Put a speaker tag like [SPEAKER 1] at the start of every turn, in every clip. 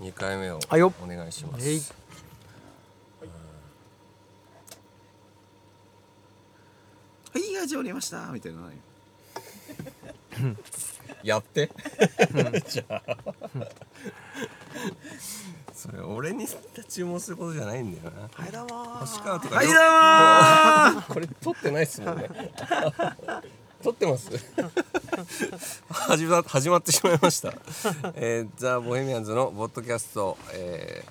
[SPEAKER 1] 二回目を
[SPEAKER 2] あよ
[SPEAKER 1] お願いしま
[SPEAKER 2] えい
[SPEAKER 1] す。
[SPEAKER 3] はい始まりましたみたいなのない
[SPEAKER 1] や って。じゃあ。 それ俺に注文することじゃないんだよな。
[SPEAKER 3] はいどうも
[SPEAKER 1] 星川とか。
[SPEAKER 3] はいどうもー
[SPEAKER 1] これ撮ってないっすもん ね。撮ってます。 始ま始まってしまいました。えー、ザボヘミアンズのボッドキャスト、え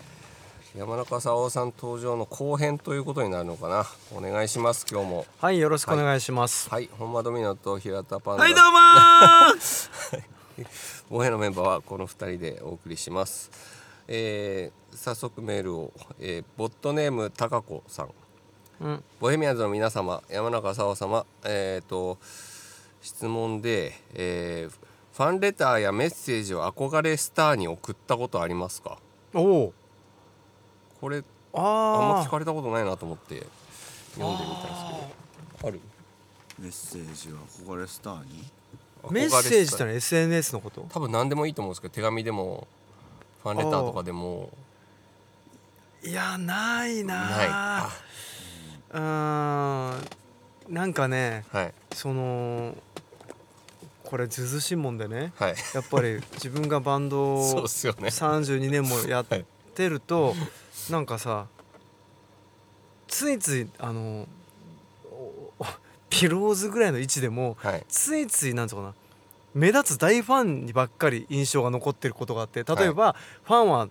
[SPEAKER 1] ー、山中沙央さん登場の後編ということになるのかな。お願いします。今日も。
[SPEAKER 2] はいよろしくお願いします、
[SPEAKER 1] はい、本間ドミノと平田パンダ。
[SPEAKER 3] はいどうもー
[SPEAKER 1] ボヘのメンバーはこの2人でお送りします、えー早速メールを、えーボットネームたかこさん
[SPEAKER 2] うん
[SPEAKER 1] ボヘミアンズの皆様山中沙央様えー、と質問で、えーファンレターやメッセージを憧れスターに送ったことありますか
[SPEAKER 2] おお
[SPEAKER 1] これあ
[SPEAKER 2] あ
[SPEAKER 1] んま聞
[SPEAKER 2] あ
[SPEAKER 1] かれたことないなと思って読んでみたんですけどある
[SPEAKER 3] メッセージは憧れスターに
[SPEAKER 1] 憧
[SPEAKER 2] メ
[SPEAKER 1] れ
[SPEAKER 2] ッ
[SPEAKER 1] スタ
[SPEAKER 2] セージってのは SNS のこと
[SPEAKER 1] 多分何でもいいと思うんですけど手紙でもファンレターとかでも
[SPEAKER 2] いやない
[SPEAKER 1] ない
[SPEAKER 2] な
[SPEAKER 1] あ
[SPEAKER 2] うーんなんかね
[SPEAKER 1] はい
[SPEAKER 2] そのこれずずしいもんでね
[SPEAKER 1] はい
[SPEAKER 2] やっぱり自分がバンド
[SPEAKER 1] そう
[SPEAKER 2] を
[SPEAKER 1] っすよね
[SPEAKER 2] 32年もやってると、なんかさついついあのおおピローズぐらいの位置でも
[SPEAKER 1] はい
[SPEAKER 2] ついついなんつうのかな目立つ大ファンにばっかり印象が残ってることがあって例えば、ファンは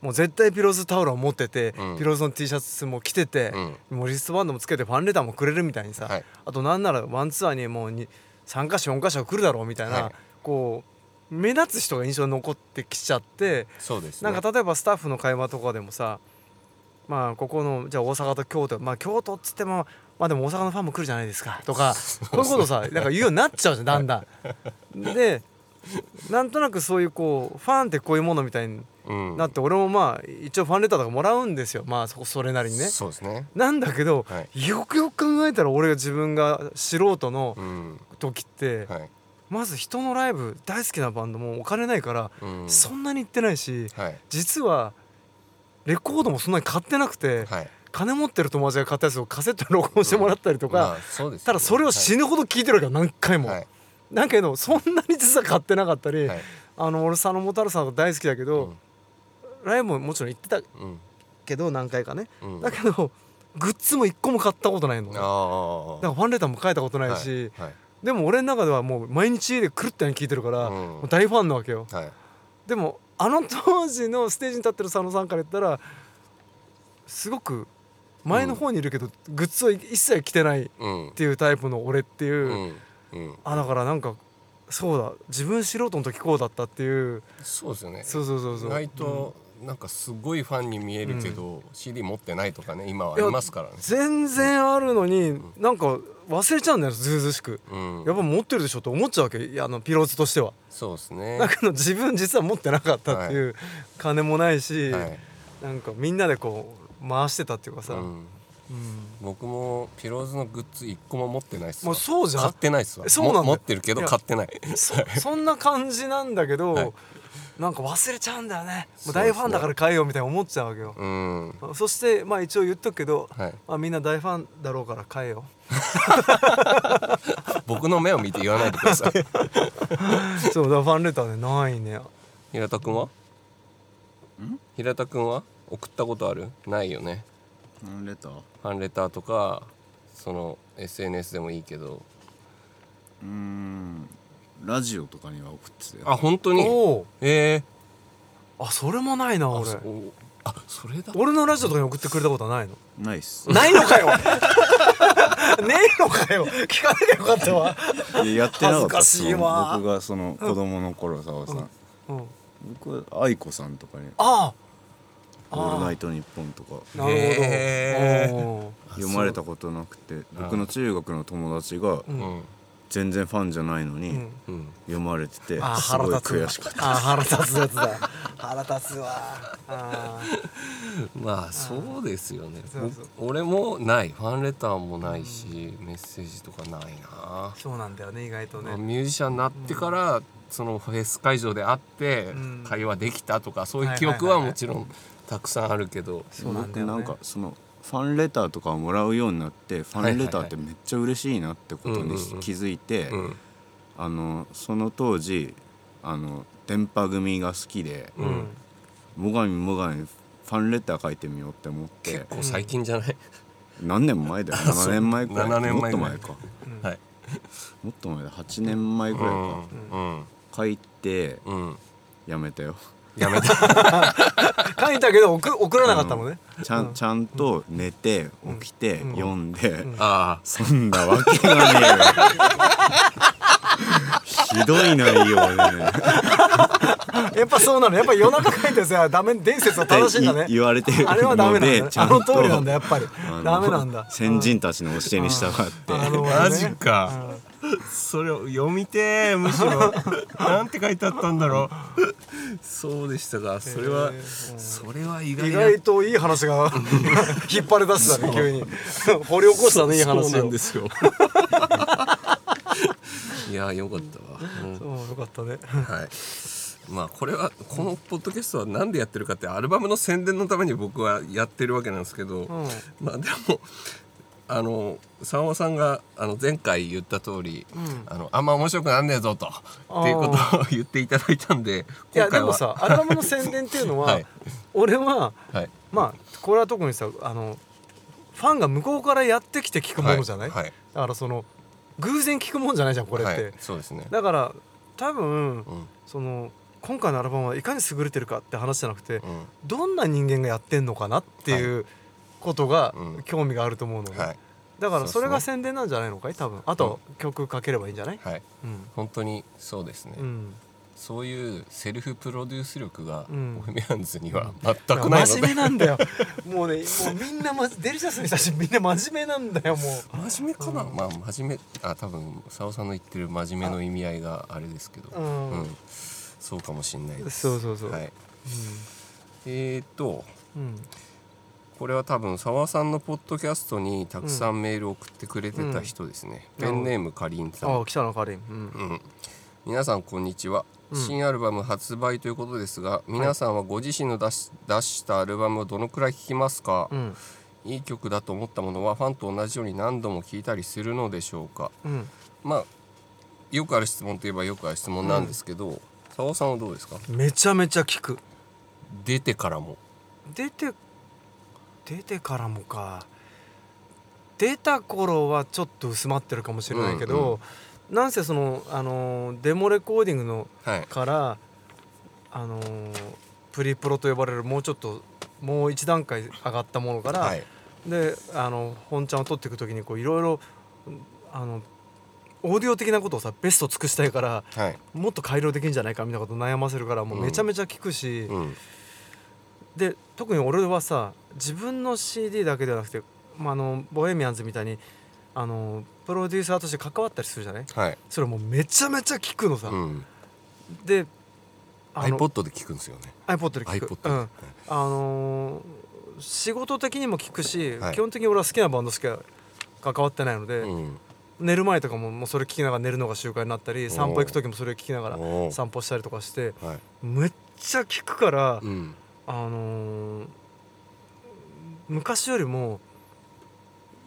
[SPEAKER 2] もう絶対ピローズタオルを持ってて、
[SPEAKER 1] うん
[SPEAKER 2] ピローズの T シャツも着てて、
[SPEAKER 1] うん
[SPEAKER 2] もうリストバンドもつけてファンレターもくれるみたいにさ、
[SPEAKER 1] はい
[SPEAKER 2] あとなんならワンツアーにもうに3か所4か所来るだろうみたいな、
[SPEAKER 1] はい
[SPEAKER 2] こう目立つ人が印象に残ってきちゃって
[SPEAKER 1] そうですね
[SPEAKER 2] なんか例えばスタッフの会話とかでもさまあここのじゃあ大阪と京都まあ京都っつってもまあでも大阪のファンも来るじゃないですか とかこういうことさなんか言うようになっちゃうじゃんだんだん。でなんとなくそういうこうファンってこういうものみたいに
[SPEAKER 1] うん
[SPEAKER 2] なって俺もまあ一応ファンレターとかもらうんですよまあそこそれなりにね。
[SPEAKER 1] そうですね
[SPEAKER 2] なんだけど、
[SPEAKER 1] はい
[SPEAKER 2] よくよく考えたら俺が自分が素人の
[SPEAKER 1] うん
[SPEAKER 2] 時って、
[SPEAKER 1] はい
[SPEAKER 2] まず人のライブ大好きなバンドもお金ないから、
[SPEAKER 1] うん
[SPEAKER 2] そんなに行ってないし、
[SPEAKER 1] はい
[SPEAKER 2] 実はレコードもそんなに買ってなくて、
[SPEAKER 1] はい
[SPEAKER 2] 金持ってる友達が買ったやつをカセットに録音してもらったりとか、
[SPEAKER 1] まあそうですね
[SPEAKER 2] ただそれを死ぬほど聞いてるわけよ何回も、
[SPEAKER 1] はい
[SPEAKER 2] だけどそんなに実は買ってなかったり、
[SPEAKER 1] はい
[SPEAKER 2] あの俺佐野元春さんが大好きだけ
[SPEAKER 1] う
[SPEAKER 2] ど、
[SPEAKER 1] ん
[SPEAKER 2] ライブももちろん行ってた
[SPEAKER 1] うん
[SPEAKER 2] けど何回かね、
[SPEAKER 1] うん
[SPEAKER 2] だけどグッズも一個も買ったことないのね
[SPEAKER 1] ああ
[SPEAKER 2] だからファンレターも書いたことないし、
[SPEAKER 1] はい
[SPEAKER 2] でも俺の中ではもう毎日家で狂ったように聞いてるから、
[SPEAKER 1] うん
[SPEAKER 2] もう大ファンなわけよ
[SPEAKER 1] はい
[SPEAKER 2] でもあの当時のステージに立ってる佐野さんから言ったらすごく前の方にいるけど、グッズを一切着てないっ
[SPEAKER 1] うん
[SPEAKER 2] ていうタイプの俺っていう、
[SPEAKER 1] うんうん
[SPEAKER 2] あだからなんかそうだ自分素人の時こうだったっていう
[SPEAKER 1] そうですよね
[SPEAKER 2] そうそうそう
[SPEAKER 1] 意
[SPEAKER 2] そう
[SPEAKER 1] 外となんかすごいファンに見えるけど CD 持ってないとかね今はい
[SPEAKER 2] や
[SPEAKER 1] いますからね
[SPEAKER 2] 全然あるのになんか忘れちゃうんだよずうずうしく。
[SPEAKER 1] うん
[SPEAKER 2] やっぱ持ってるでしょと思っちゃうわけいやあのピローズとしては
[SPEAKER 1] そうですね
[SPEAKER 2] だから自分実は持ってなかったっていう、金もないし、
[SPEAKER 1] はい
[SPEAKER 2] なんかみんなでこう回してたっていうかさ、
[SPEAKER 1] うん僕もピローズのグッズ一個も持ってないっすわ
[SPEAKER 2] まあそうじゃん
[SPEAKER 1] 買ってないっすわ
[SPEAKER 2] そうなんだよ
[SPEAKER 1] も持ってるけど
[SPEAKER 2] いや
[SPEAKER 1] 買ってない
[SPEAKER 2] そそんな感じなんだけど、
[SPEAKER 1] はい
[SPEAKER 2] なんか忘れちゃうんだよね
[SPEAKER 1] そう
[SPEAKER 2] も
[SPEAKER 1] う
[SPEAKER 2] 大ファンだから買えよみたいに思っちゃうわけよ、
[SPEAKER 1] うん
[SPEAKER 2] そしてまあ一応言っとくけど、
[SPEAKER 1] はい
[SPEAKER 2] まあ、みんな大ファンだろうから買えよ
[SPEAKER 1] 僕の目を見て言わないでく ださい
[SPEAKER 2] そうだからファンレターねないね
[SPEAKER 1] 平田君は平田君は送ったことあるないよね
[SPEAKER 3] ファンレター
[SPEAKER 1] ファンレターとかその SNS でもいいけど
[SPEAKER 3] うーんラジオとかには送ってたよ
[SPEAKER 1] あ本当に
[SPEAKER 2] おお
[SPEAKER 1] ええ
[SPEAKER 2] あそれもないな
[SPEAKER 1] あ
[SPEAKER 2] 俺
[SPEAKER 1] そおあそれだ
[SPEAKER 2] 俺のラジオとかに送ってくれたことはないの
[SPEAKER 3] ないっす
[SPEAKER 2] ないのかよねえのかよ聞かなきゃよかっ たわ、
[SPEAKER 3] いややってなか
[SPEAKER 2] 恥
[SPEAKER 3] ったっ
[SPEAKER 2] ずかしいわ
[SPEAKER 3] その僕がその子供の頃澤さん
[SPEAKER 2] うん、
[SPEAKER 3] 僕は愛子さんとかに「
[SPEAKER 2] あ
[SPEAKER 3] オールナイトニッポン」とか
[SPEAKER 2] あなるほど、
[SPEAKER 1] へえ
[SPEAKER 2] おー
[SPEAKER 3] 読まれたことなくて
[SPEAKER 1] う
[SPEAKER 3] 僕の中学の友達が
[SPEAKER 1] うん
[SPEAKER 3] 全然ファンじゃないの
[SPEAKER 2] う
[SPEAKER 3] に
[SPEAKER 2] ん
[SPEAKER 1] うん
[SPEAKER 3] 読まれててす
[SPEAKER 2] あー腹
[SPEAKER 3] ごい
[SPEAKER 2] 立つ
[SPEAKER 3] 悔しかった
[SPEAKER 2] あー腹立つやつだ腹立つわあー
[SPEAKER 1] まあそうですよね
[SPEAKER 2] そうそう
[SPEAKER 1] 僕俺もないファンレターもないし、メッセージとかないな、
[SPEAKER 2] そうなんだよね意外と
[SPEAKER 1] まあ
[SPEAKER 2] ね
[SPEAKER 1] ミュージシャンになってからそのフェス会場で会って
[SPEAKER 2] うん
[SPEAKER 1] 会話できたとかそういう
[SPEAKER 2] はい
[SPEAKER 1] 記
[SPEAKER 2] はいはいはい
[SPEAKER 1] 憶はもちろんたくさんあるけど
[SPEAKER 2] そうなんだ
[SPEAKER 3] 僕
[SPEAKER 2] よね
[SPEAKER 3] なんかそのファンレターとかをもらうようになってファンレターってめっちゃ嬉しいなってこと
[SPEAKER 1] うんうん
[SPEAKER 3] に
[SPEAKER 1] うん
[SPEAKER 3] 気づいて
[SPEAKER 1] うん
[SPEAKER 3] あのその当時あの電波組が好きで
[SPEAKER 1] うん
[SPEAKER 2] うん
[SPEAKER 3] 「もがみもがみファンレター書いてみよう」って思って
[SPEAKER 1] こう最近じゃない
[SPEAKER 3] 何年も 前だよ7年前くらい
[SPEAKER 1] 7年
[SPEAKER 3] もっ
[SPEAKER 1] 前
[SPEAKER 3] と
[SPEAKER 1] ぐらい
[SPEAKER 3] 前か
[SPEAKER 1] はい
[SPEAKER 3] もっと前だ8年前
[SPEAKER 1] う
[SPEAKER 3] くらいか
[SPEAKER 1] ん
[SPEAKER 3] 書いて
[SPEAKER 1] うんうん
[SPEAKER 3] やめたよ
[SPEAKER 1] やめ た
[SPEAKER 2] 書いたけど送送らなかったのね、
[SPEAKER 3] ちゃんちゃんと寝て起きて
[SPEAKER 2] うん
[SPEAKER 3] 読んで、
[SPEAKER 1] あ
[SPEAKER 3] そんなわけがねえよひどい内容で ね
[SPEAKER 2] やっぱそうなのやっぱ夜中書いてさダメ伝説は正しいんだ
[SPEAKER 3] っ
[SPEAKER 2] ね
[SPEAKER 3] て言われてるので
[SPEAKER 2] あれはダメなんだ、ね、
[SPEAKER 3] ちゃ
[SPEAKER 2] あ
[SPEAKER 3] んと
[SPEAKER 2] の通りなんだやっぱり
[SPEAKER 3] あの
[SPEAKER 2] ダメなんだ
[SPEAKER 3] 先人たちの教えに従って
[SPEAKER 2] あ
[SPEAKER 1] あ
[SPEAKER 2] の
[SPEAKER 1] マジかそれを読みてえむしろ なんて書いてあったんだろう そうでしたかそれは
[SPEAKER 2] え
[SPEAKER 1] それは意
[SPEAKER 2] 意
[SPEAKER 1] 外な
[SPEAKER 2] 外といい話が引っ張り出したね急に掘り起こしたねいい
[SPEAKER 1] そう
[SPEAKER 2] 話
[SPEAKER 1] な
[SPEAKER 2] を
[SPEAKER 1] んですよ いやよかったわ、うん
[SPEAKER 2] そうよかったね
[SPEAKER 1] はい。まあこれはこのポッドキャストは何でやってるかってアルバムの宣伝のために僕はやってるわけなんですけど、
[SPEAKER 2] うん
[SPEAKER 1] まあでもあのさんまさんがあの前回言った通り、あのあんま面白くなんねえぞとっていうことを言っていただいたんで
[SPEAKER 2] い
[SPEAKER 1] 今
[SPEAKER 2] やで
[SPEAKER 1] 回
[SPEAKER 2] も
[SPEAKER 1] は
[SPEAKER 2] さアルバムの宣伝っていうの は、
[SPEAKER 1] はい
[SPEAKER 2] 俺は
[SPEAKER 1] はい
[SPEAKER 2] まあこれは特にさあのファンが向こうからやってきて聞くものじゃない、
[SPEAKER 1] はい
[SPEAKER 2] だからその偶然聞くもんじゃないじゃんこれっ
[SPEAKER 1] は
[SPEAKER 2] て、
[SPEAKER 1] い、そうですね。
[SPEAKER 2] だから多分、
[SPEAKER 1] うん
[SPEAKER 2] その今回のアルバムはいかに優れてるかって話じゃなくて、
[SPEAKER 1] うん
[SPEAKER 2] どんな人間がやってんのかなっていうことが
[SPEAKER 1] うん
[SPEAKER 2] 興味があると思うので、
[SPEAKER 1] はい
[SPEAKER 2] だからそれが
[SPEAKER 1] そ
[SPEAKER 2] 宣伝なんじゃないのかい多分あと曲かければいいんじゃない、
[SPEAKER 1] はい
[SPEAKER 2] うん
[SPEAKER 1] 本当にそうですね、
[SPEAKER 2] うん、
[SPEAKER 1] そういうセルフプロデュース力がボ
[SPEAKER 2] うん
[SPEAKER 1] ヘミアンズには全くないので、
[SPEAKER 2] 真面目なん だよもうねもうみんな、ま、デリシャスにしたしみんな真面目なんだよも
[SPEAKER 1] 真面目かな、まあ真面目あ多分沙尾さんの言ってる真面目の意味合いがあれですけど
[SPEAKER 2] う、うん
[SPEAKER 1] うんそうかもしれないです
[SPEAKER 2] そうそうそう、
[SPEAKER 1] はい、えー、っと
[SPEAKER 2] うん
[SPEAKER 1] これは多分沢さんのポッドキャストにたくさんメールを送ってくれてた人ですね、
[SPEAKER 2] うん
[SPEAKER 1] ペンネームかりんさ
[SPEAKER 2] あ
[SPEAKER 1] ん
[SPEAKER 2] あ来たのかりん、うん
[SPEAKER 1] うん、皆さんこんにちは、
[SPEAKER 2] うん
[SPEAKER 1] 新アルバム発売ということですが皆さんはご自身の出し出したアルバムをどのくらい聴きますか、
[SPEAKER 2] うん
[SPEAKER 1] いい曲だと思ったものはファンと同じように何度も聴いたりするのでしょうか
[SPEAKER 2] うん、
[SPEAKER 1] まあよくある質問といえばよくある質問なんですけど、佐尾さんはどうですか
[SPEAKER 2] めちゃめちゃ聞く
[SPEAKER 1] 出てからも
[SPEAKER 2] 出て出てからもか出た頃はちょっと薄まってるかもしれないけど、なんせその、あのーデモレコーディングの
[SPEAKER 1] はい
[SPEAKER 2] から、あのープリプロと呼ばれるもうちょっともう一段階上がったものから、
[SPEAKER 1] はい
[SPEAKER 2] であの本ちゃんを撮っていく時にこういろいろあのオーディオ的なことをさベスト尽くしたいから
[SPEAKER 1] はい
[SPEAKER 2] もっと改良できるんじゃないかみたいなこと悩ませるからもうめちゃめちゃ聞くし。
[SPEAKER 1] うん
[SPEAKER 2] で特に俺はさ自分の CD だけではなくて、まあ、あのボヘミアンズみたいにあのプロデューサーとして関わったりするじゃない
[SPEAKER 1] はい
[SPEAKER 2] それもうめちゃめちゃ聞くのさ、
[SPEAKER 1] うん
[SPEAKER 2] であの
[SPEAKER 1] iPod で聞くんですよね
[SPEAKER 2] iPod で聞
[SPEAKER 1] iPod
[SPEAKER 2] く、う
[SPEAKER 1] で
[SPEAKER 2] んあのー仕事的にも聞くし、
[SPEAKER 1] はい
[SPEAKER 2] 基本的に俺は好きなバンドしか関わってないので、
[SPEAKER 1] うん
[SPEAKER 2] 寝る前とかももうそれ聞きながら寝るのが習慣になったり散歩行く時もそれ聞きなが
[SPEAKER 1] お
[SPEAKER 2] ら
[SPEAKER 1] ー
[SPEAKER 2] 散歩したりとかして
[SPEAKER 1] はい
[SPEAKER 2] めっちゃ聞くから、
[SPEAKER 1] うん
[SPEAKER 2] あのー昔よりも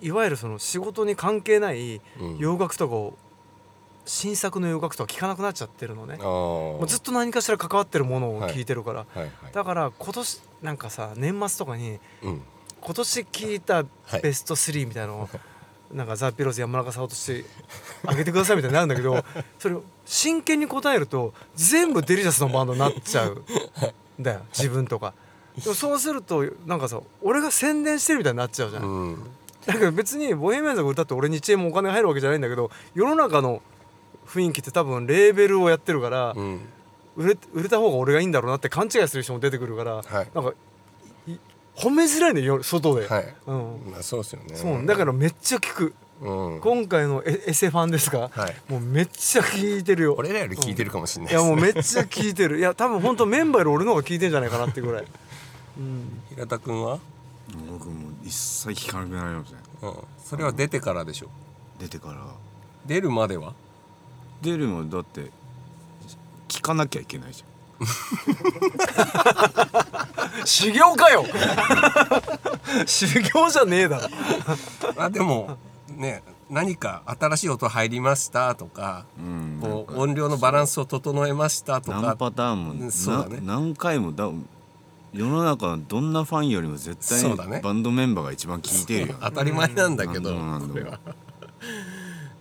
[SPEAKER 2] いわゆるその仕事に関係ない
[SPEAKER 1] うん
[SPEAKER 2] 洋楽とかを新作の洋楽とか聞かなくなっちゃってるのね
[SPEAKER 1] あも
[SPEAKER 2] もうずっと何かしら関わってるものを聞いてるから、
[SPEAKER 1] はいはい
[SPEAKER 2] だから今年なんかさ年末とかに
[SPEAKER 1] うん
[SPEAKER 2] 今年聞いた
[SPEAKER 1] はい
[SPEAKER 2] ベスト3みたいなのを、なんかザ・ピローズ山中さおとしてあげてくださいみたいになるんだけどそれを真剣に答えると全部デリシャスのバンドになっちゃうんだよ自分とか。でもそうするとなんかさ俺が宣伝してるみたいになっちゃうじゃん。
[SPEAKER 1] うん
[SPEAKER 2] だけど別に「ボヘミアンズ」が歌って俺に1円もお金が入るわけじゃないんだけど世の中の雰囲気って多分レーベルをやってるから、
[SPEAKER 1] うん
[SPEAKER 2] 売れ売れた方が俺がいいんだろうなって勘違いする人も出てくるから、
[SPEAKER 1] はい
[SPEAKER 2] なんかい褒めづらいのよ外で、
[SPEAKER 1] はい
[SPEAKER 2] うん、
[SPEAKER 1] まあそうですよね
[SPEAKER 2] そうだからめっちゃ聞く
[SPEAKER 1] うん
[SPEAKER 2] 今回のエエセファンですか、
[SPEAKER 1] はい
[SPEAKER 2] もうめっちゃ聞いてるよ
[SPEAKER 1] 俺らより聞いてるかもしれない
[SPEAKER 2] い
[SPEAKER 1] で
[SPEAKER 2] や
[SPEAKER 1] す
[SPEAKER 2] もう
[SPEAKER 1] ね
[SPEAKER 2] めっちゃ聞いてるいや多分本当メンバーより俺の方が聞いてんじゃないかなってぐらい、うん、
[SPEAKER 1] 平田君は
[SPEAKER 3] 僕もう一切聞かなくなりましたね
[SPEAKER 1] うんそれは出てからでしょ
[SPEAKER 3] 出てから
[SPEAKER 1] 出るまでは
[SPEAKER 3] 出るもだって聞かなきゃいけないじ
[SPEAKER 2] 修行かよ 修行じゃねえだろ
[SPEAKER 1] あでもね何か新しい音入りましたとか、
[SPEAKER 3] ゃん。うん、
[SPEAKER 1] こう音量のバランスを整えましたとか
[SPEAKER 3] 何パターンも、
[SPEAKER 1] うん
[SPEAKER 3] な
[SPEAKER 1] そうだね
[SPEAKER 3] 何回もだ世の中のどんなファンよりも絶対
[SPEAKER 1] そうだね
[SPEAKER 3] にバンドメンバーが一番聞いてるよ、
[SPEAKER 1] 当たり前なんだけど、
[SPEAKER 3] うんなんだなんだ
[SPEAKER 1] それは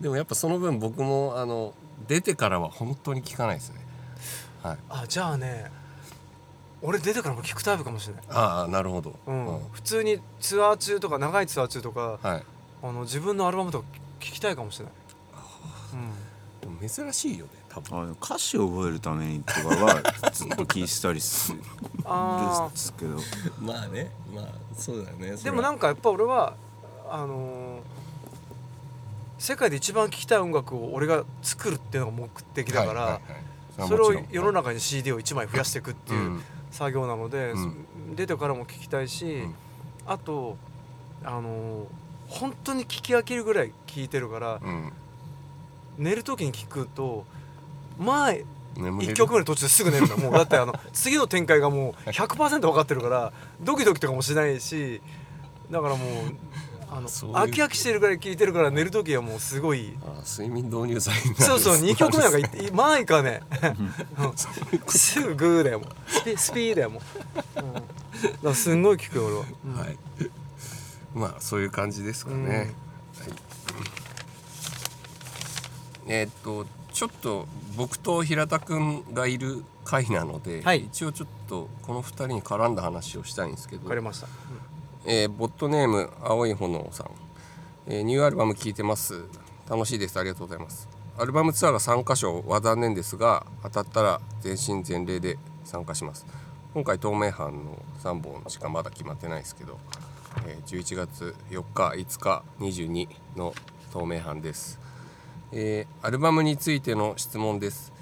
[SPEAKER 1] でもやっぱその分僕もあの出てからは本当に聞かないですねはい
[SPEAKER 2] あじゃあね俺出てからも聞くタイプかもしれない、
[SPEAKER 1] ああなるほど、
[SPEAKER 2] うん
[SPEAKER 1] うん
[SPEAKER 2] 普通にツアー中とか長いツアー中とか
[SPEAKER 1] はい
[SPEAKER 2] あの自分のアルバムとか聞きたいかもしれない、
[SPEAKER 1] でも珍しいよね多分
[SPEAKER 3] あの歌詞を覚えるためにとかはずっと聞いてたりする
[SPEAKER 2] うん、あ
[SPEAKER 3] ですけど
[SPEAKER 1] まあねまあそうだよね
[SPEAKER 2] ーでもなんんかやっぱ俺はあのー世界で一番聴きたい音楽を俺が作るっていうのが目的だから、それを世の
[SPEAKER 1] 中
[SPEAKER 2] 中に CD を1枚増やしていくっていう、作業なので、
[SPEAKER 1] うん
[SPEAKER 2] 出てからも聞きたいし、
[SPEAKER 1] ん
[SPEAKER 2] あとあのー本当に聞き飽きるぐらい聞いてるから、
[SPEAKER 1] うん
[SPEAKER 2] 寝る時に聞くとまあ
[SPEAKER 1] 眠れる
[SPEAKER 2] 1曲目の途中ですぐ寝るんだもうだってあの 次の展開がもう100%分かってるからドキドキとかもしないしだからもうあの
[SPEAKER 1] そういう
[SPEAKER 2] 飽き飽きしてるぐらい聞いてるから寝る時はもうすごい。
[SPEAKER 1] あー睡眠導入剤になる
[SPEAKER 2] そうそう2曲目なんかい
[SPEAKER 1] い
[SPEAKER 2] いまあいか ねすぐグーだよもうスピスピーだよもう、うん、だからすんごい聞くよ俺は、うん
[SPEAKER 1] はいまあそういう感じですかね、はいえーっとちょっと僕と平田くんがいる回なので、
[SPEAKER 2] はい
[SPEAKER 1] 一応ちょっとこの2人に絡んだ話をしたいんですけど
[SPEAKER 2] わかりました、
[SPEAKER 1] えーボットネーム青い炎さん、えーニューアルバム聴いてます楽しいですありがとうございますアルバムツアーが3箇所は残念ですが当たったら全身全霊で参加します今回透明版の3本しかまだ決まってないですけど、えー11月4日5日22の透明版です、えーアルバムについての質問です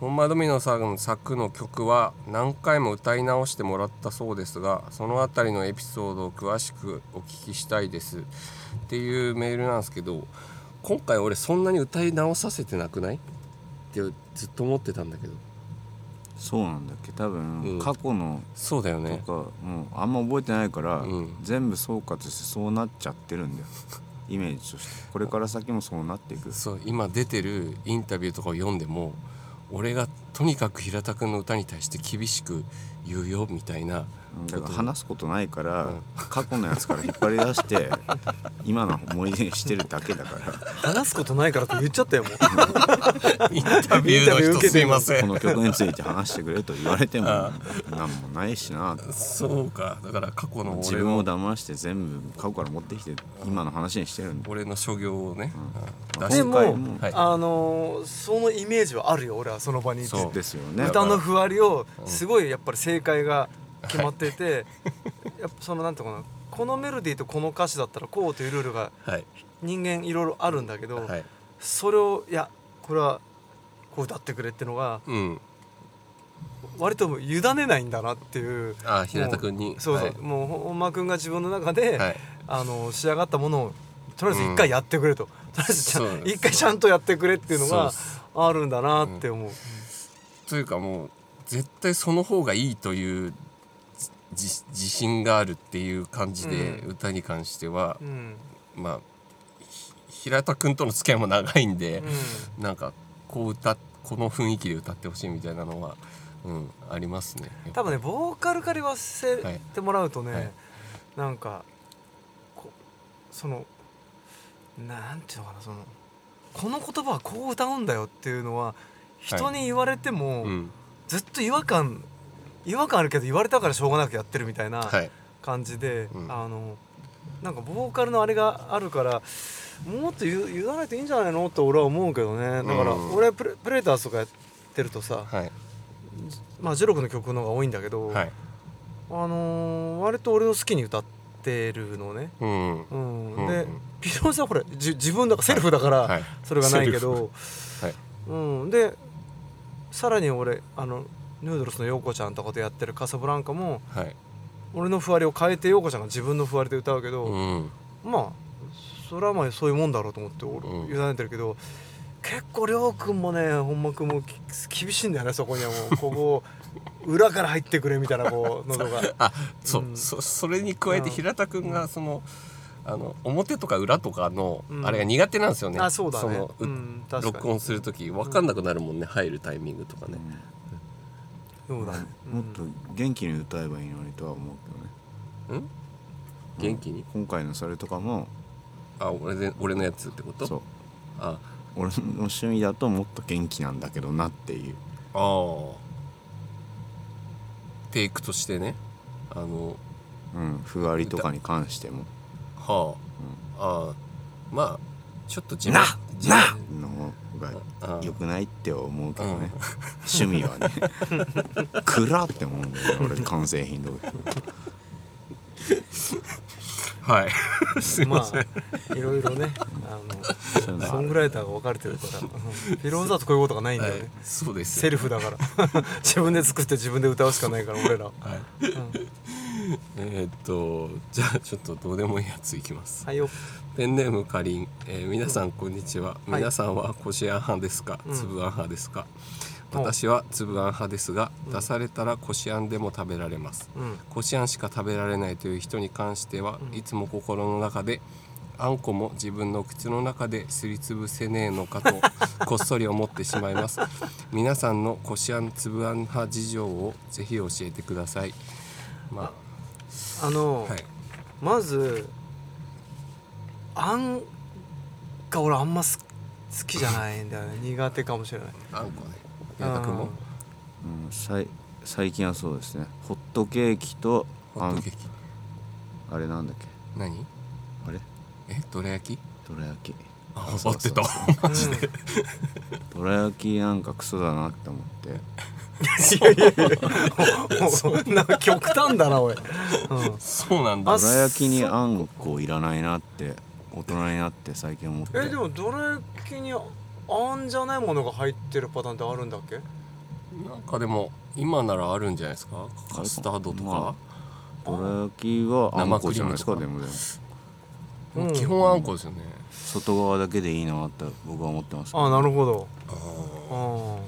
[SPEAKER 1] 本間ドミノさんの作の曲は何回も歌い直してもらったそうですがそのあたりのエピソードを詳しくお聞きしたいですっていうメールなんですけど今回俺そんなに歌い直させてなくないってずっと思ってたんだけど
[SPEAKER 3] そうなんだっけ多分、
[SPEAKER 1] うん
[SPEAKER 3] 過去の
[SPEAKER 1] そうだよ
[SPEAKER 3] と
[SPEAKER 1] ね
[SPEAKER 3] か、もうあんま覚えてないから、
[SPEAKER 1] うん
[SPEAKER 3] 全部総括してそうなっちゃってるんだよイメージとしてこれから先もそうなっていく
[SPEAKER 1] そう今出てるインタビューとかを読んでも俺がとにかく平田君の歌に対して厳しく言うよみたいな
[SPEAKER 3] うんだ
[SPEAKER 1] こ
[SPEAKER 3] か
[SPEAKER 1] と
[SPEAKER 3] ら話すことないから、
[SPEAKER 1] うん
[SPEAKER 3] 過去のやつから引っ張り出して 今の思い出にしてるだけだから
[SPEAKER 2] 話すことないからって言っちゃ ったよもう
[SPEAKER 1] インタビューの
[SPEAKER 2] インタビュー
[SPEAKER 1] 人
[SPEAKER 2] 受け
[SPEAKER 1] す
[SPEAKER 2] て
[SPEAKER 1] い
[SPEAKER 2] るの
[SPEAKER 1] ま せん
[SPEAKER 3] この曲について話してくれと言われても何もないしな
[SPEAKER 1] そうかだから過去の
[SPEAKER 3] 自
[SPEAKER 1] 俺
[SPEAKER 3] 分
[SPEAKER 1] の
[SPEAKER 3] を騙して全部過去から持ってきて今の話にしてるんだ
[SPEAKER 1] 俺の所業をね、
[SPEAKER 3] うん
[SPEAKER 1] 出し
[SPEAKER 2] で
[SPEAKER 1] て
[SPEAKER 2] も、
[SPEAKER 3] 今回も
[SPEAKER 1] はい
[SPEAKER 2] あのーそのイメージはあるよ俺はその場にいて
[SPEAKER 1] そう
[SPEAKER 3] ですよね
[SPEAKER 2] 歌のふわりをすごいやっぱり正解が決まってて、やっぱそのなんていうのかなこのメロディーとこの歌詞だったらこうというルールが
[SPEAKER 1] はい
[SPEAKER 2] 人間いろいろあるんだけど、
[SPEAKER 1] はい
[SPEAKER 2] それをいやこれはこう歌ってくれってのが
[SPEAKER 1] うん
[SPEAKER 2] 割ともう委ねないんだなっていう
[SPEAKER 1] あ平田君に
[SPEAKER 2] そうそう、
[SPEAKER 1] はい
[SPEAKER 2] もう本間君が自分の中で、
[SPEAKER 1] はい
[SPEAKER 2] あの仕上がったものをとりあえず一回やってくれと、とりあえずちゃん
[SPEAKER 1] そうなんです
[SPEAKER 2] 一回ちゃんとやってくれっていうの
[SPEAKER 1] そうっ
[SPEAKER 2] が
[SPEAKER 1] す
[SPEAKER 2] あるんだなって思う、
[SPEAKER 1] というかもう絶対その方がいいという自自信があるっていう感じで、
[SPEAKER 2] う
[SPEAKER 1] 歌に関しては
[SPEAKER 2] う、ん
[SPEAKER 1] まあひ平田君との付き合いも長いんで、なんかこう歌っこの雰囲気で歌ってほしいみたいなのは、うん、ありますね。
[SPEAKER 2] 多分ねボーカルから言わせてもらうとね、
[SPEAKER 1] はい
[SPEAKER 2] なんかこそのなんていうのかなそのこの言葉はこう歌うんだよっていうのは人に言われても、
[SPEAKER 1] うん
[SPEAKER 2] ずっと違和感違和感あるけど言われたからしょうがなくやってるみたいな
[SPEAKER 1] はい
[SPEAKER 2] 感じで、
[SPEAKER 1] うん
[SPEAKER 2] あのなんかボーカルのあれがあるからもっとゆ言わないといいんじゃないのと俺は思うけどねだから
[SPEAKER 1] うん
[SPEAKER 2] 俺プレプレーターズとかやってるとさ、
[SPEAKER 1] はい
[SPEAKER 2] まあジロクの曲の方が多いんだけど、
[SPEAKER 1] はい、
[SPEAKER 2] あのー割と俺を好きに歌ってるのね、
[SPEAKER 1] うん
[SPEAKER 2] うん
[SPEAKER 1] うん
[SPEAKER 2] でピロンさんほらじ自分だからセルフだから、
[SPEAKER 1] はい、
[SPEAKER 2] それがないけど、
[SPEAKER 1] はい
[SPEAKER 2] うん、でさらに俺あのヌードルスの陽子ちゃんとかとやってる「カサブランカ」も
[SPEAKER 1] はい、
[SPEAKER 2] 俺のふわりを変えて陽子ちゃんが自分のふわりで歌うけど、
[SPEAKER 1] うん
[SPEAKER 2] まあそれはまあそういうもんだろうと思って俺
[SPEAKER 1] うん
[SPEAKER 2] 委ねてるけど、結構亮君もね本間君もき厳しいんだよねそこにはもうここ裏から入ってくれみたいなこう喉が
[SPEAKER 1] あそう、
[SPEAKER 2] うん
[SPEAKER 1] そそれに加えて
[SPEAKER 2] うん
[SPEAKER 1] 平田君がそのあの表とか裏とかの
[SPEAKER 2] うん
[SPEAKER 1] あれが苦手なんですよね、
[SPEAKER 2] あそうだね
[SPEAKER 1] のう
[SPEAKER 2] うん確か
[SPEAKER 1] 録
[SPEAKER 2] に
[SPEAKER 1] 音する時分かんなくなるもんね、入るタイミングとかね、
[SPEAKER 2] そうだね、
[SPEAKER 3] もっと元気に歌えばいいのにとは思うけどね
[SPEAKER 1] うん元気に
[SPEAKER 3] 今回のそれとかも
[SPEAKER 1] あ俺で俺のやつってこと
[SPEAKER 3] そう
[SPEAKER 1] あ
[SPEAKER 3] 俺の趣味だともっと元気なんだけどなっていう
[SPEAKER 1] あーテイクとしてねあの
[SPEAKER 3] うん、ふわりとかに関しても
[SPEAKER 1] はあ、ああまあちょっと自
[SPEAKER 3] な
[SPEAKER 1] 自
[SPEAKER 3] の
[SPEAKER 1] あ
[SPEAKER 3] が
[SPEAKER 1] あ
[SPEAKER 3] 良くないって思うけどね、趣味はね 暗って思うんだよね俺完成品とか
[SPEAKER 1] はいすいま
[SPEAKER 2] ま
[SPEAKER 1] せん、
[SPEAKER 2] あいろいろねあ
[SPEAKER 3] そういう
[SPEAKER 2] の
[SPEAKER 3] の
[SPEAKER 2] ソングライターが分かれてるからうんフィローズだとこういうことがないんだ
[SPEAKER 1] は
[SPEAKER 2] よ
[SPEAKER 1] い
[SPEAKER 2] ね、
[SPEAKER 1] そうです
[SPEAKER 2] セルフだから 自分で作って自分で歌うしかないから俺ら
[SPEAKER 1] はい、えーっとじゃあちょっとどうでもいいやついきます、
[SPEAKER 2] はいよ
[SPEAKER 1] ペンネームかりん、えー皆さんこんにちは、
[SPEAKER 2] はい
[SPEAKER 1] 皆さんはこしあん派ですか、
[SPEAKER 2] うん
[SPEAKER 1] つぶあん派ですか
[SPEAKER 2] お
[SPEAKER 1] 私はつぶあん派ですが、出されたらこしあんでも食べられます
[SPEAKER 2] うん
[SPEAKER 1] こしあんしか食べられないという人に関しては、いつも心の中であんこも自分の口の中ですりつぶせねえの かとこっそり思ってしまいます皆さんのこしあんつぶあん派事情をぜひ教えてくださいま
[SPEAKER 2] あ
[SPEAKER 1] あ
[SPEAKER 2] の、
[SPEAKER 1] はい
[SPEAKER 2] まずあんが俺あんます好きじゃないんだよね苦手かもしれない
[SPEAKER 1] あんこね矢田君も
[SPEAKER 3] うん、さい最近はそうですねホットケーキと
[SPEAKER 1] ホットケーキ
[SPEAKER 3] あんあれなんだっけ
[SPEAKER 1] 何
[SPEAKER 3] あれ
[SPEAKER 1] えどら焼き
[SPEAKER 3] どら焼き
[SPEAKER 1] あ
[SPEAKER 3] そうそうそう
[SPEAKER 2] マジで、
[SPEAKER 3] どら焼きなんかクソだなって思って
[SPEAKER 2] うんもうそん な極端だな俺、うん、
[SPEAKER 1] そうなん
[SPEAKER 2] あ
[SPEAKER 1] だ
[SPEAKER 3] どら焼きにあんこいらないなって大人になって最近思って
[SPEAKER 2] えでもどら焼きにあんじゃないものが入ってるパターンってあるんだっけ
[SPEAKER 1] なんかでも今ならあるんじゃないですかカスタードとか
[SPEAKER 3] ま、どら焼きはあんこじゃないですか
[SPEAKER 1] 生ク
[SPEAKER 3] で
[SPEAKER 1] リー
[SPEAKER 3] もでも
[SPEAKER 2] うん
[SPEAKER 1] でも基本あんこですよね、
[SPEAKER 3] 外側だけでいいなって僕は思ってますけど
[SPEAKER 2] あなるほどああ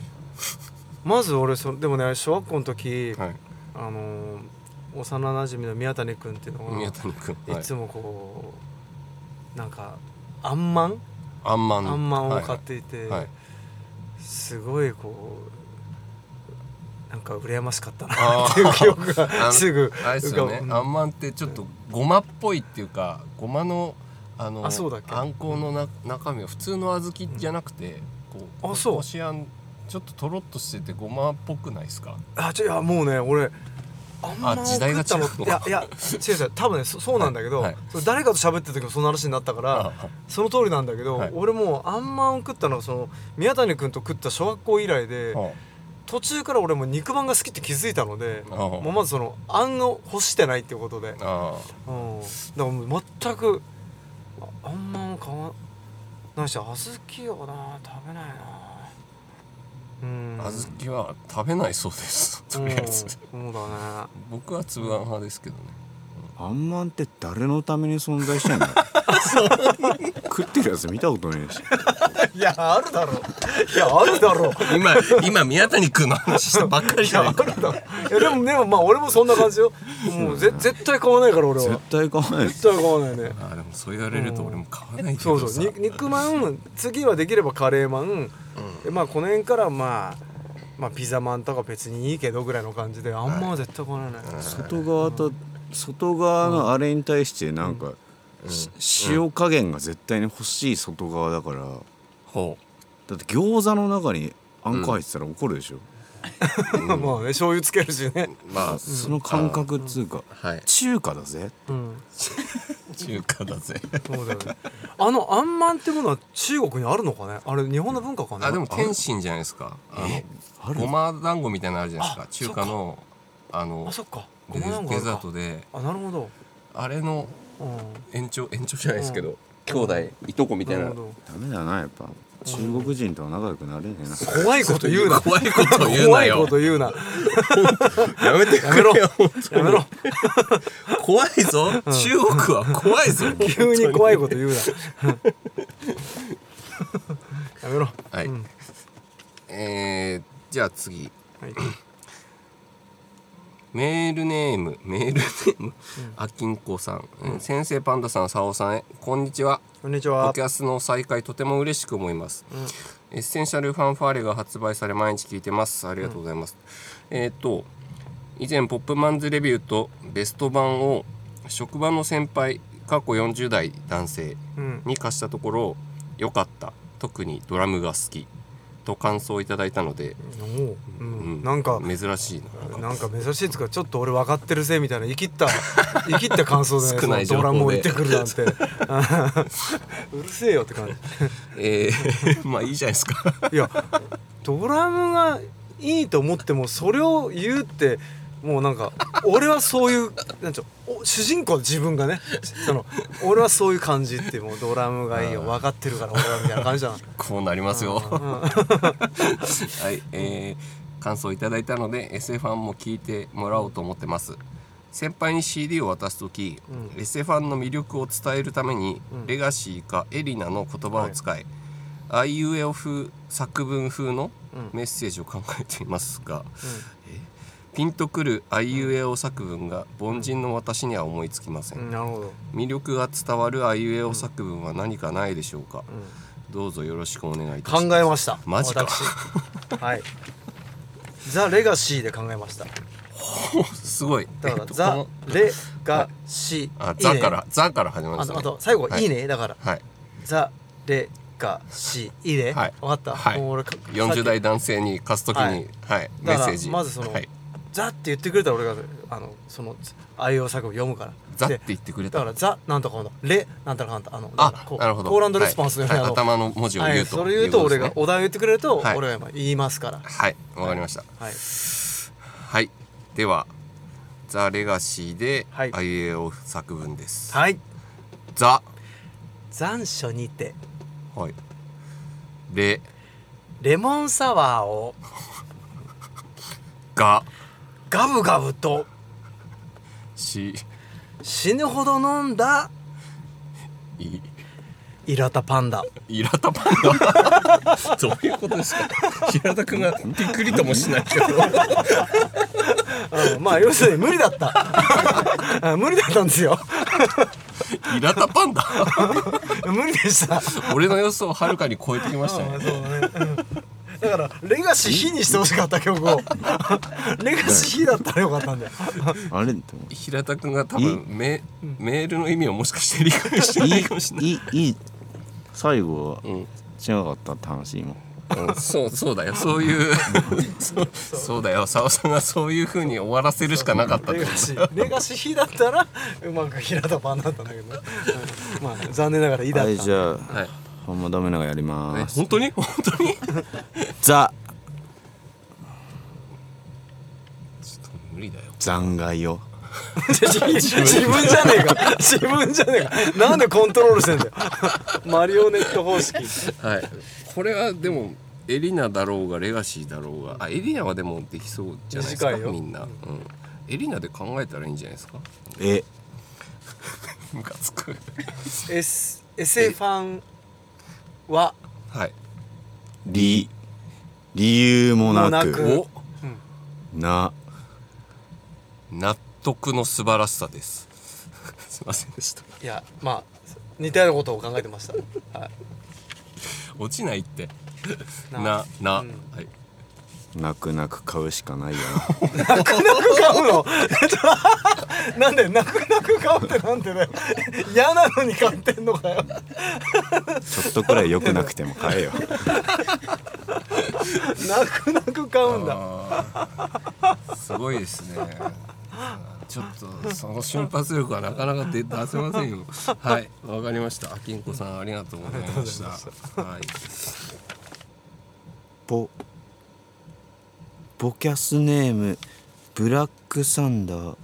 [SPEAKER 2] まず俺そでもね小学校の時、
[SPEAKER 1] はい
[SPEAKER 2] あのー幼なじみの宮谷君っていうの
[SPEAKER 1] 宮
[SPEAKER 2] が
[SPEAKER 1] 谷君、はいい、
[SPEAKER 2] つもこうなんかあんまん
[SPEAKER 1] あんまん
[SPEAKER 2] あんまんを買っていて、
[SPEAKER 1] はいはい、
[SPEAKER 2] すごいこうなんか羨ましかったな
[SPEAKER 1] あー
[SPEAKER 2] っていう記憶
[SPEAKER 1] あ
[SPEAKER 2] が
[SPEAKER 1] の
[SPEAKER 2] すぐ
[SPEAKER 1] あれですよね、
[SPEAKER 2] うん
[SPEAKER 1] あんまんってちょっとごまっぽいっていうかごまのあの
[SPEAKER 2] あそうだっけ
[SPEAKER 1] んこのな中身は普通の小豆じゃなくて、こ
[SPEAKER 2] あそう
[SPEAKER 1] こしあんちょっととろっとしててごまっぽくないですか
[SPEAKER 2] あちょいやもうね俺あんまんを
[SPEAKER 1] 時代が
[SPEAKER 2] 食
[SPEAKER 1] 違うの
[SPEAKER 2] ったのいやいや違う違う多分ねそそうなんだけど、
[SPEAKER 1] はいはい
[SPEAKER 2] それ誰かと喋ってる時もその話になったから
[SPEAKER 1] あ
[SPEAKER 2] その通りなんだけど、
[SPEAKER 1] はい
[SPEAKER 2] 俺もうあんまんを食ったのはその宮谷君と食った小学校以来で、
[SPEAKER 1] あ
[SPEAKER 2] 途中から俺もう肉まんが好きって気づいたので、
[SPEAKER 1] あ
[SPEAKER 2] もうまずそのあんを欲してないっていうことで、うん、だか
[SPEAKER 1] あ
[SPEAKER 2] らもう全くああんまんを買わないし小豆をな食べないなうん
[SPEAKER 1] 小豆は食べないそうですとりあえず
[SPEAKER 2] うんそうだね
[SPEAKER 1] 僕はつぶあん派ですけどね
[SPEAKER 3] あんまんって誰のために存在してんの 食ってるやつ見たことねえし
[SPEAKER 2] いやあるだろういやあるだろう
[SPEAKER 1] 今今宮谷君の話したばっかり
[SPEAKER 2] い
[SPEAKER 1] じゃな
[SPEAKER 2] やあ
[SPEAKER 1] いか
[SPEAKER 2] るだろういやでもでもまあ俺もそんな感じよもうぜ絶対買わないから俺
[SPEAKER 3] 絶
[SPEAKER 2] は
[SPEAKER 3] 対買わないです
[SPEAKER 2] 絶対買わないね
[SPEAKER 1] あでもそう言われると俺も買わないけ
[SPEAKER 2] そ
[SPEAKER 1] ど
[SPEAKER 2] う
[SPEAKER 1] さ
[SPEAKER 2] そうに肉まん次はできればカレーまん、でまあこの辺からまあまあピザまんとか別にいいけどぐらいの感じであんまは絶対来ないね、
[SPEAKER 3] 外側と外側のあれに対してなんか、し塩加減が絶対に欲しい外側だから
[SPEAKER 1] ほ
[SPEAKER 3] だって餃子の中にあんこ入ってたら怒るでしょ、
[SPEAKER 2] まあね醤油つけるしね
[SPEAKER 1] うまあ
[SPEAKER 3] その感覚っつうか、
[SPEAKER 1] はい
[SPEAKER 3] 中華だぜ
[SPEAKER 2] うん
[SPEAKER 1] 中華だぜ
[SPEAKER 2] そうだよねあのあんまんってものは中国にあるのかねあれ日本の文化かね
[SPEAKER 1] あでも天津じゃないですかあ
[SPEAKER 3] あ
[SPEAKER 1] の
[SPEAKER 3] る
[SPEAKER 1] ごま団子みたいなのあるじゃないですか
[SPEAKER 2] あ
[SPEAKER 1] 中華のあの
[SPEAKER 2] あそっかご
[SPEAKER 1] デ
[SPEAKER 2] ま団子あ
[SPEAKER 1] デ
[SPEAKER 2] る
[SPEAKER 1] ザ
[SPEAKER 2] か
[SPEAKER 1] ートで
[SPEAKER 2] あなるほど、
[SPEAKER 1] あれの
[SPEAKER 2] う
[SPEAKER 1] 延長延長じゃないですけど兄弟いとこみ
[SPEAKER 2] ん、
[SPEAKER 1] たい
[SPEAKER 2] なる
[SPEAKER 1] な
[SPEAKER 2] ほど
[SPEAKER 3] ダメだなやっぱ中国人とは仲良くなれねえな、
[SPEAKER 2] 怖いこと言うな
[SPEAKER 1] 怖いこと言う
[SPEAKER 2] 怖
[SPEAKER 1] ない
[SPEAKER 2] こ
[SPEAKER 1] よ
[SPEAKER 2] と言うな
[SPEAKER 1] やめてく
[SPEAKER 2] や
[SPEAKER 1] れ
[SPEAKER 2] めろ
[SPEAKER 1] よ
[SPEAKER 2] やめろ
[SPEAKER 1] 怖いぞ中国は怖いぞ
[SPEAKER 2] 急に怖いこと言うな。 やめろ
[SPEAKER 1] はい、
[SPEAKER 2] うん
[SPEAKER 1] えー、じゃあ次
[SPEAKER 2] はい
[SPEAKER 1] メールネームメールネームあきんこさん、えー先生パンダさんさおさんへこんにちは
[SPEAKER 2] こんにち
[SPEAKER 1] ポ
[SPEAKER 2] は
[SPEAKER 1] キャスの再開とても嬉しく思います、エッセンシャルファンファーレが発売され毎日聞いてますありがとうございます、えーっと以前ポップマンズレビューとベスト版を職場の先輩過去40代男性
[SPEAKER 2] うん
[SPEAKER 1] に貸したところ良かった特にドラムが好きと感想をいただいたので、
[SPEAKER 2] おーう
[SPEAKER 1] うん
[SPEAKER 2] なんか
[SPEAKER 1] 珍しい
[SPEAKER 2] なんか珍しいっつうかちょっと俺分かってるぜみたいな生きった生きった感想で、ね、
[SPEAKER 1] 少ない
[SPEAKER 2] そのドラムを
[SPEAKER 1] 情報
[SPEAKER 2] 言っ
[SPEAKER 1] で
[SPEAKER 2] てくるなんて うるせえよって感じ
[SPEAKER 1] えー まあいいじゃないですか
[SPEAKER 2] いやドラムがいいと思ってもそれを言うってもうなんか俺はそういうなんちゅうのお主人公自分がねその俺はそういう感じってもうドラムがいいよ分かってるから俺はみたいな感じじゃん
[SPEAKER 1] こうなりますよはいえー感想をいただいたので SF ファンも聞いてもらおうと思ってます先輩に CD を渡す時、
[SPEAKER 2] う
[SPEAKER 1] SF ファンの魅力を伝えるために、レガシーかエリナの言葉を使い、あいうえお風作文風のメッセージを考えていますが、えピンとくるあいうえお作文が凡人の私には思いつきません、
[SPEAKER 2] うんなるほど
[SPEAKER 1] 魅力が伝わるあいうえお作文は何かないでしょうか、どうぞよろしくお願いいたし
[SPEAKER 2] 考
[SPEAKER 1] ます
[SPEAKER 2] えました
[SPEAKER 1] マジか
[SPEAKER 2] 私はいザ・レガシーで考えました
[SPEAKER 1] すごい
[SPEAKER 2] だか
[SPEAKER 1] え
[SPEAKER 2] ら、
[SPEAKER 1] っとこ
[SPEAKER 2] ザ
[SPEAKER 1] の・
[SPEAKER 2] レガシ
[SPEAKER 1] あ
[SPEAKER 2] ー。いい
[SPEAKER 1] ザ
[SPEAKER 2] ね
[SPEAKER 1] からザから始まりま
[SPEAKER 2] あ
[SPEAKER 1] した、
[SPEAKER 2] と、
[SPEAKER 1] ね、
[SPEAKER 2] あと、最後、
[SPEAKER 1] はい
[SPEAKER 2] いね、だから。
[SPEAKER 1] はい
[SPEAKER 2] ザレガシー。いいね。
[SPEAKER 1] はい
[SPEAKER 2] わかった。
[SPEAKER 1] はい
[SPEAKER 2] もう俺か
[SPEAKER 1] 40代男性に貸すときに、
[SPEAKER 2] は
[SPEAKER 1] はいい
[SPEAKER 2] だ
[SPEAKER 1] メ
[SPEAKER 2] か
[SPEAKER 1] ッ
[SPEAKER 2] ら
[SPEAKER 1] セージ
[SPEAKER 2] まずその
[SPEAKER 1] はい、
[SPEAKER 2] ザって言ってくれたら、俺が、あの、その、愛用作文読むから。
[SPEAKER 1] ザって
[SPEAKER 2] で
[SPEAKER 1] 言ってくれた
[SPEAKER 2] だから、ザ、なんとかの、レ、なんとかなんとか、あの、だから
[SPEAKER 1] あ
[SPEAKER 2] こう
[SPEAKER 1] なるほど
[SPEAKER 2] コーランドレスポンスのよう
[SPEAKER 1] はい
[SPEAKER 2] にあ
[SPEAKER 1] はい
[SPEAKER 2] の
[SPEAKER 1] 頭の文字を
[SPEAKER 2] は
[SPEAKER 1] 言
[SPEAKER 2] い、
[SPEAKER 1] うと、
[SPEAKER 2] それ言うと、俺
[SPEAKER 1] い
[SPEAKER 2] が
[SPEAKER 1] こ、と
[SPEAKER 2] お題を言ってくれると、
[SPEAKER 1] はい
[SPEAKER 2] 俺は今言いますから。
[SPEAKER 1] ですねはいわかりました
[SPEAKER 2] はい。
[SPEAKER 1] はいではザ・レガシーで、
[SPEAKER 2] はい
[SPEAKER 1] あいうえお作文です、
[SPEAKER 2] はい。
[SPEAKER 1] ザ
[SPEAKER 2] 残暑にて、
[SPEAKER 1] はいレ
[SPEAKER 2] レモンサワーを、
[SPEAKER 1] ガ
[SPEAKER 2] ガブガブと、
[SPEAKER 1] シ
[SPEAKER 2] 死ぬほど飲んだ、
[SPEAKER 1] イ
[SPEAKER 2] イラタパンダ。
[SPEAKER 1] イラタパンダ どういうことですか平田君がびっくりともしない けど
[SPEAKER 2] うんまあ要するに無理だったあ無理だったんですよ
[SPEAKER 1] イラタパンダ
[SPEAKER 2] 無理でした
[SPEAKER 1] 俺の予想をはるかに超えてきましたね
[SPEAKER 2] だからレガシー火にしてほしかった曲をレガシー火だったらよかったんだよ
[SPEAKER 3] あれでも
[SPEAKER 1] 平田君が多分メメールの意味をもしかして理解してないかもしれない
[SPEAKER 3] いいいいい最後は
[SPEAKER 1] うん
[SPEAKER 3] 違かったって話今
[SPEAKER 1] うんそうそうだよそういうそうそうだよ澤さんがそういうふうに終わらせるしかなかったって
[SPEAKER 2] レ
[SPEAKER 1] こ
[SPEAKER 2] ガ
[SPEAKER 1] と
[SPEAKER 2] シーレガシー火だったらうまく平田パンだったんだけどね、うんまあ残念ながらいいだっ
[SPEAKER 3] は
[SPEAKER 2] た
[SPEAKER 3] いじゃあ、
[SPEAKER 1] はい
[SPEAKER 3] ほんまダメなのがやり
[SPEAKER 1] え
[SPEAKER 3] ます
[SPEAKER 1] 本当に本当に
[SPEAKER 3] ザ
[SPEAKER 1] 無理だよ
[SPEAKER 3] 残骸を
[SPEAKER 2] 自分じゃねえか自分じゃねえかなんでコントロールしてんだよマリオネット方式
[SPEAKER 1] はいこれはでもエリナだろうがレガシーだろうがあエリナはでもできそうじゃないですか
[SPEAKER 2] 短いよ
[SPEAKER 1] みんな、うん、エリナで考えたらいいんじゃないですか
[SPEAKER 3] え
[SPEAKER 1] ムカつく
[SPEAKER 2] S SF ファンは
[SPEAKER 1] はい
[SPEAKER 3] 理理由もな
[SPEAKER 2] も
[SPEAKER 3] く
[SPEAKER 2] なく
[SPEAKER 1] お
[SPEAKER 3] な
[SPEAKER 1] 納得の素晴らしさです すいませんでした
[SPEAKER 2] いやまあ似たようなことを考えてました、はい、
[SPEAKER 1] 落ちないって
[SPEAKER 2] な
[SPEAKER 1] なな、
[SPEAKER 2] うん
[SPEAKER 1] はい
[SPEAKER 3] 泣く泣く買うしかない よ
[SPEAKER 2] 泣く買うの なんで泣く泣く買うってなんでね嫌なのに買ってんのかよ
[SPEAKER 3] なちょっとくらい良くなくても買え よ
[SPEAKER 2] 泣く泣く買うんだ
[SPEAKER 1] あーすごいですね。ちょっとその瞬発力はなかなか出出せませんよ。はい、わかりました。あきんこさんありがとうございました。はい、
[SPEAKER 3] ボボキャスネームブラックサンダー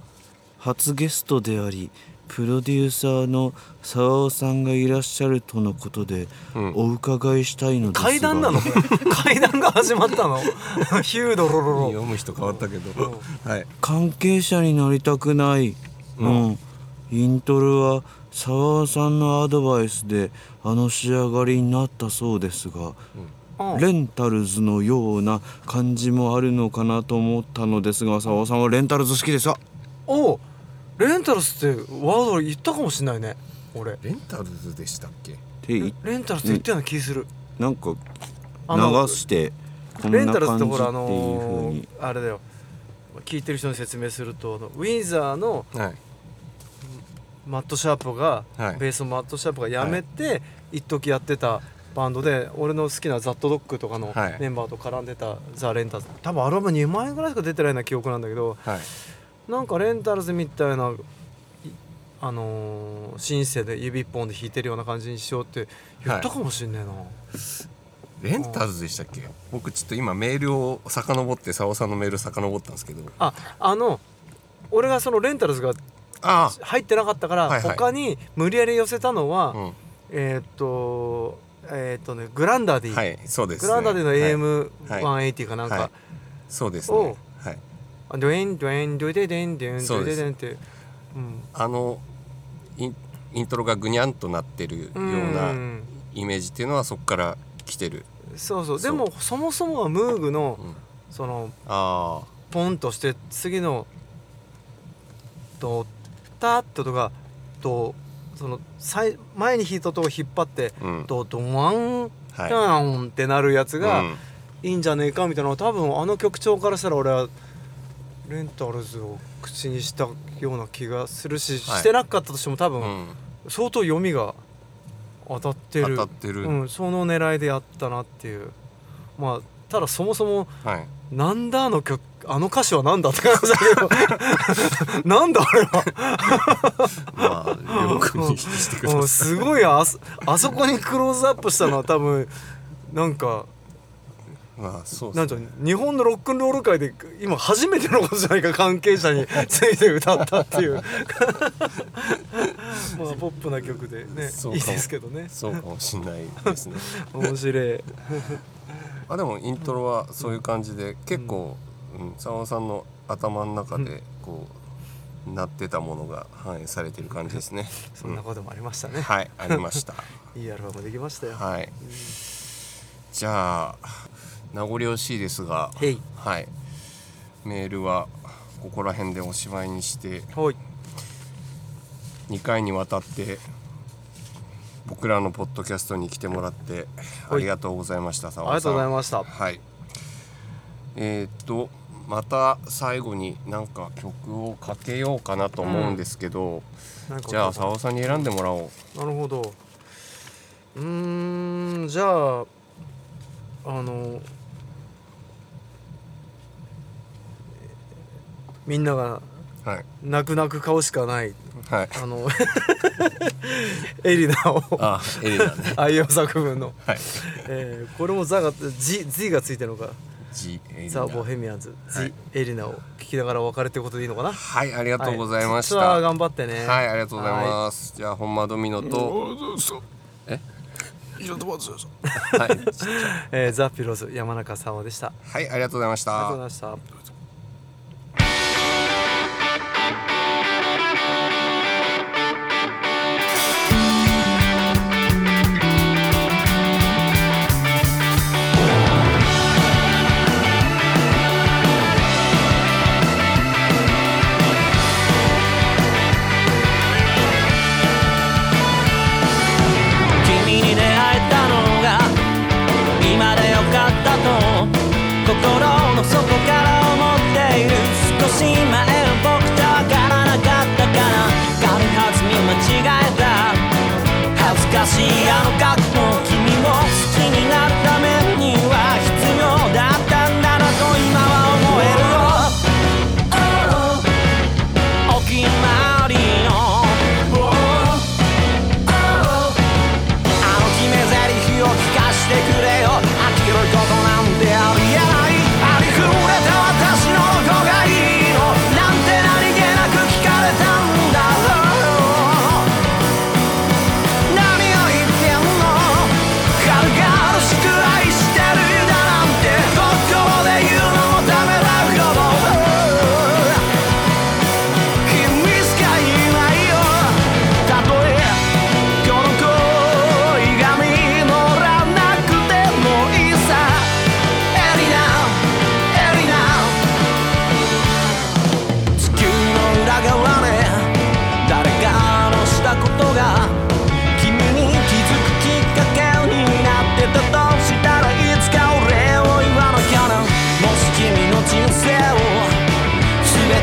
[SPEAKER 3] 初ゲストでありプロデューサーの沢尾さんがいらっしゃるとのことで、お伺いしたいのですが
[SPEAKER 2] 階段なのこれ階段が始まったの ヒュードロロロ
[SPEAKER 1] 読む人変わったけど、はい、
[SPEAKER 3] 関係者になりたくない、うんイントロは沢尾さんのアドバイスであの仕上がりになったそうですが
[SPEAKER 2] うん
[SPEAKER 3] レンタルズのような感じもあるのかなと思ったのですが沢尾さんはレンタルズ好きですか
[SPEAKER 2] おうレンタルスってワード言ったかもしんないね俺
[SPEAKER 1] レンタルズでしたっけ
[SPEAKER 3] ってい
[SPEAKER 2] レンタルスって言ったような気する、
[SPEAKER 3] なんか
[SPEAKER 2] あの
[SPEAKER 3] 流してこん
[SPEAKER 2] レ
[SPEAKER 3] な
[SPEAKER 2] ンタルスっ
[SPEAKER 3] 感
[SPEAKER 2] て
[SPEAKER 3] じってい
[SPEAKER 2] ほ
[SPEAKER 3] う
[SPEAKER 2] らあ
[SPEAKER 3] 風
[SPEAKER 2] の
[SPEAKER 3] に
[SPEAKER 2] ーあれだよ聞いてる人に説明するとあのウィンザーの
[SPEAKER 1] はい
[SPEAKER 2] マット・シャープが、
[SPEAKER 1] はい
[SPEAKER 2] ベースのマット・シャープが辞めて、一時やってたバンドで俺の好きなザ・ット・ドッグとかの
[SPEAKER 1] はい
[SPEAKER 2] メンバーと絡んでたザ・レンタルズ、多分アルバム2枚ぐらいしか出てないような記憶なんだけど
[SPEAKER 1] はい
[SPEAKER 2] なんかレンタルズみたいないあのー、シンセで指一本で弾いてるような感じにしようって言ったかもしんねえな、
[SPEAKER 1] レンタルズでしたっけ僕ちょっと今メールを遡って沙尾さんのメール遡ったんですけど
[SPEAKER 2] ああの俺がそのレンタルズが
[SPEAKER 1] あ
[SPEAKER 2] 入ってなかったから、
[SPEAKER 1] はいはい
[SPEAKER 2] 他に無理やり寄せたのは、
[SPEAKER 1] あうん
[SPEAKER 2] えーっとえーっとねグランダディ、
[SPEAKER 1] はいそうです
[SPEAKER 2] グ
[SPEAKER 1] ね
[SPEAKER 2] ランダディの
[SPEAKER 1] はい
[SPEAKER 2] AM180 かなんか、
[SPEAKER 1] はいそうですね
[SPEAKER 2] を
[SPEAKER 1] はい
[SPEAKER 2] あドゥエンドゥエンドゥデデンドゥエンド
[SPEAKER 1] そ
[SPEAKER 2] ゥ
[SPEAKER 1] う
[SPEAKER 2] デ
[SPEAKER 1] です
[SPEAKER 2] デンって、うん、
[SPEAKER 1] あのインイントロがぐにゃんとなってるような
[SPEAKER 2] うん
[SPEAKER 1] イメージっていうのはそこから来てる、
[SPEAKER 2] そうそう
[SPEAKER 1] そう
[SPEAKER 2] でもそもそもはムーグの
[SPEAKER 1] うん、
[SPEAKER 2] その
[SPEAKER 1] あ
[SPEAKER 2] ポンとして次のドタッととかとその最前に弾いたとこ引っ張って
[SPEAKER 1] あうん
[SPEAKER 2] ドドワン
[SPEAKER 1] は
[SPEAKER 2] タ
[SPEAKER 1] い
[SPEAKER 2] ーンってなるやつが、
[SPEAKER 1] うん
[SPEAKER 2] いいんじゃねえかみたいなのは多分あの曲調からしたら俺はレンタルズを口にしたような気がするし、
[SPEAKER 1] はい
[SPEAKER 2] してなかったとしても多
[SPEAKER 1] う
[SPEAKER 2] 分
[SPEAKER 1] ん
[SPEAKER 2] 相当読みが当たってる
[SPEAKER 1] 当たってる、
[SPEAKER 2] うん、その狙いでやったなっていうまあただそもそも
[SPEAKER 1] はい
[SPEAKER 2] 「なんだあの曲あの歌詞はなんだ?」って感じだけど なんだあれは
[SPEAKER 1] まあよく認識してくだ
[SPEAKER 2] う
[SPEAKER 1] さ
[SPEAKER 2] んすごいあそあそこにクローズアップしたのは多分なんか
[SPEAKER 1] いまあそうで
[SPEAKER 2] なん
[SPEAKER 1] す
[SPEAKER 2] と
[SPEAKER 1] ね
[SPEAKER 2] 日本のロックンロール界で今初めてのことじゃないか関係者について歌ったっていう まあポップな曲でね
[SPEAKER 1] そう
[SPEAKER 2] い
[SPEAKER 1] か
[SPEAKER 2] い
[SPEAKER 1] も
[SPEAKER 2] ですけどね
[SPEAKER 1] そうかもしれないです ね
[SPEAKER 2] 面白い
[SPEAKER 1] あでもイントロはそういう感じで結構うん沢尾さんの頭の中でこうなってたものが反映されてる感じですね、
[SPEAKER 2] そんなこともありました
[SPEAKER 1] うん
[SPEAKER 2] ね、
[SPEAKER 1] はいありました
[SPEAKER 2] いいアルバムできましたよ
[SPEAKER 1] はいじゃあ名残惜しいですが
[SPEAKER 2] へい
[SPEAKER 1] はいメールはここら辺でおしまいにして
[SPEAKER 2] ほい
[SPEAKER 1] 2回にわたって僕らのポッドキャストに来てもらってあ
[SPEAKER 2] はい
[SPEAKER 1] りがとうございました
[SPEAKER 2] ありがとうございました
[SPEAKER 1] すはいえーっとまた最後になんか曲をかけようかなと思うんですけど、
[SPEAKER 2] なんか
[SPEAKER 1] じゃあ澤尾さんに選んでもらおう
[SPEAKER 2] なるほどうーんじゃああのみんなが
[SPEAKER 1] はい
[SPEAKER 2] 泣く泣く顔しかない
[SPEAKER 1] はい
[SPEAKER 2] あのエリナ を
[SPEAKER 1] あエリだね
[SPEAKER 2] 愛用作文の、
[SPEAKER 1] はい
[SPEAKER 2] えーこれもザが「ジ」「ジ」がついてるのか
[SPEAKER 1] G エリ
[SPEAKER 2] 「ザ・
[SPEAKER 1] ナ
[SPEAKER 2] ボヘミアンズ」「ジ、
[SPEAKER 1] はい
[SPEAKER 2] エリナ」を聞きながらお別れってことでいいのかなあ
[SPEAKER 1] はいありがとうございました、
[SPEAKER 2] ツアー
[SPEAKER 1] はい
[SPEAKER 2] 頑張ってね
[SPEAKER 1] ありがとうございます、じゃあ本間ドミノと、えはい
[SPEAKER 2] はいえーザ・ピローズ山中沙央でしたあ
[SPEAKER 1] はいありがとうございまし
[SPEAKER 2] りが
[SPEAKER 1] た
[SPEAKER 2] とうございました
[SPEAKER 4] 君に出会えたのが今でよかったと心の底から思っている少し前の僕とは分からなかったから軽はずに間違えた恥ずかしいあの過去も君を好きになるためには必要だったんだなと今は思えるよお決まりのあの決め台詞を聞かしてくれよ飽きることなんてありえないありふれた私の方がいいのなんて何気なく聞かれたんだろう何を言ってんの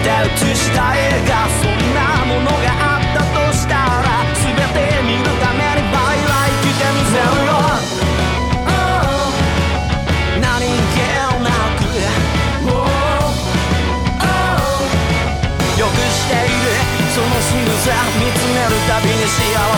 [SPEAKER 4] 映した映画そんなものがあったとしたら全て見るために倍は生きてみせるよ Oh 何気なく Oh よくしているその仕草見つめるたびに幸せ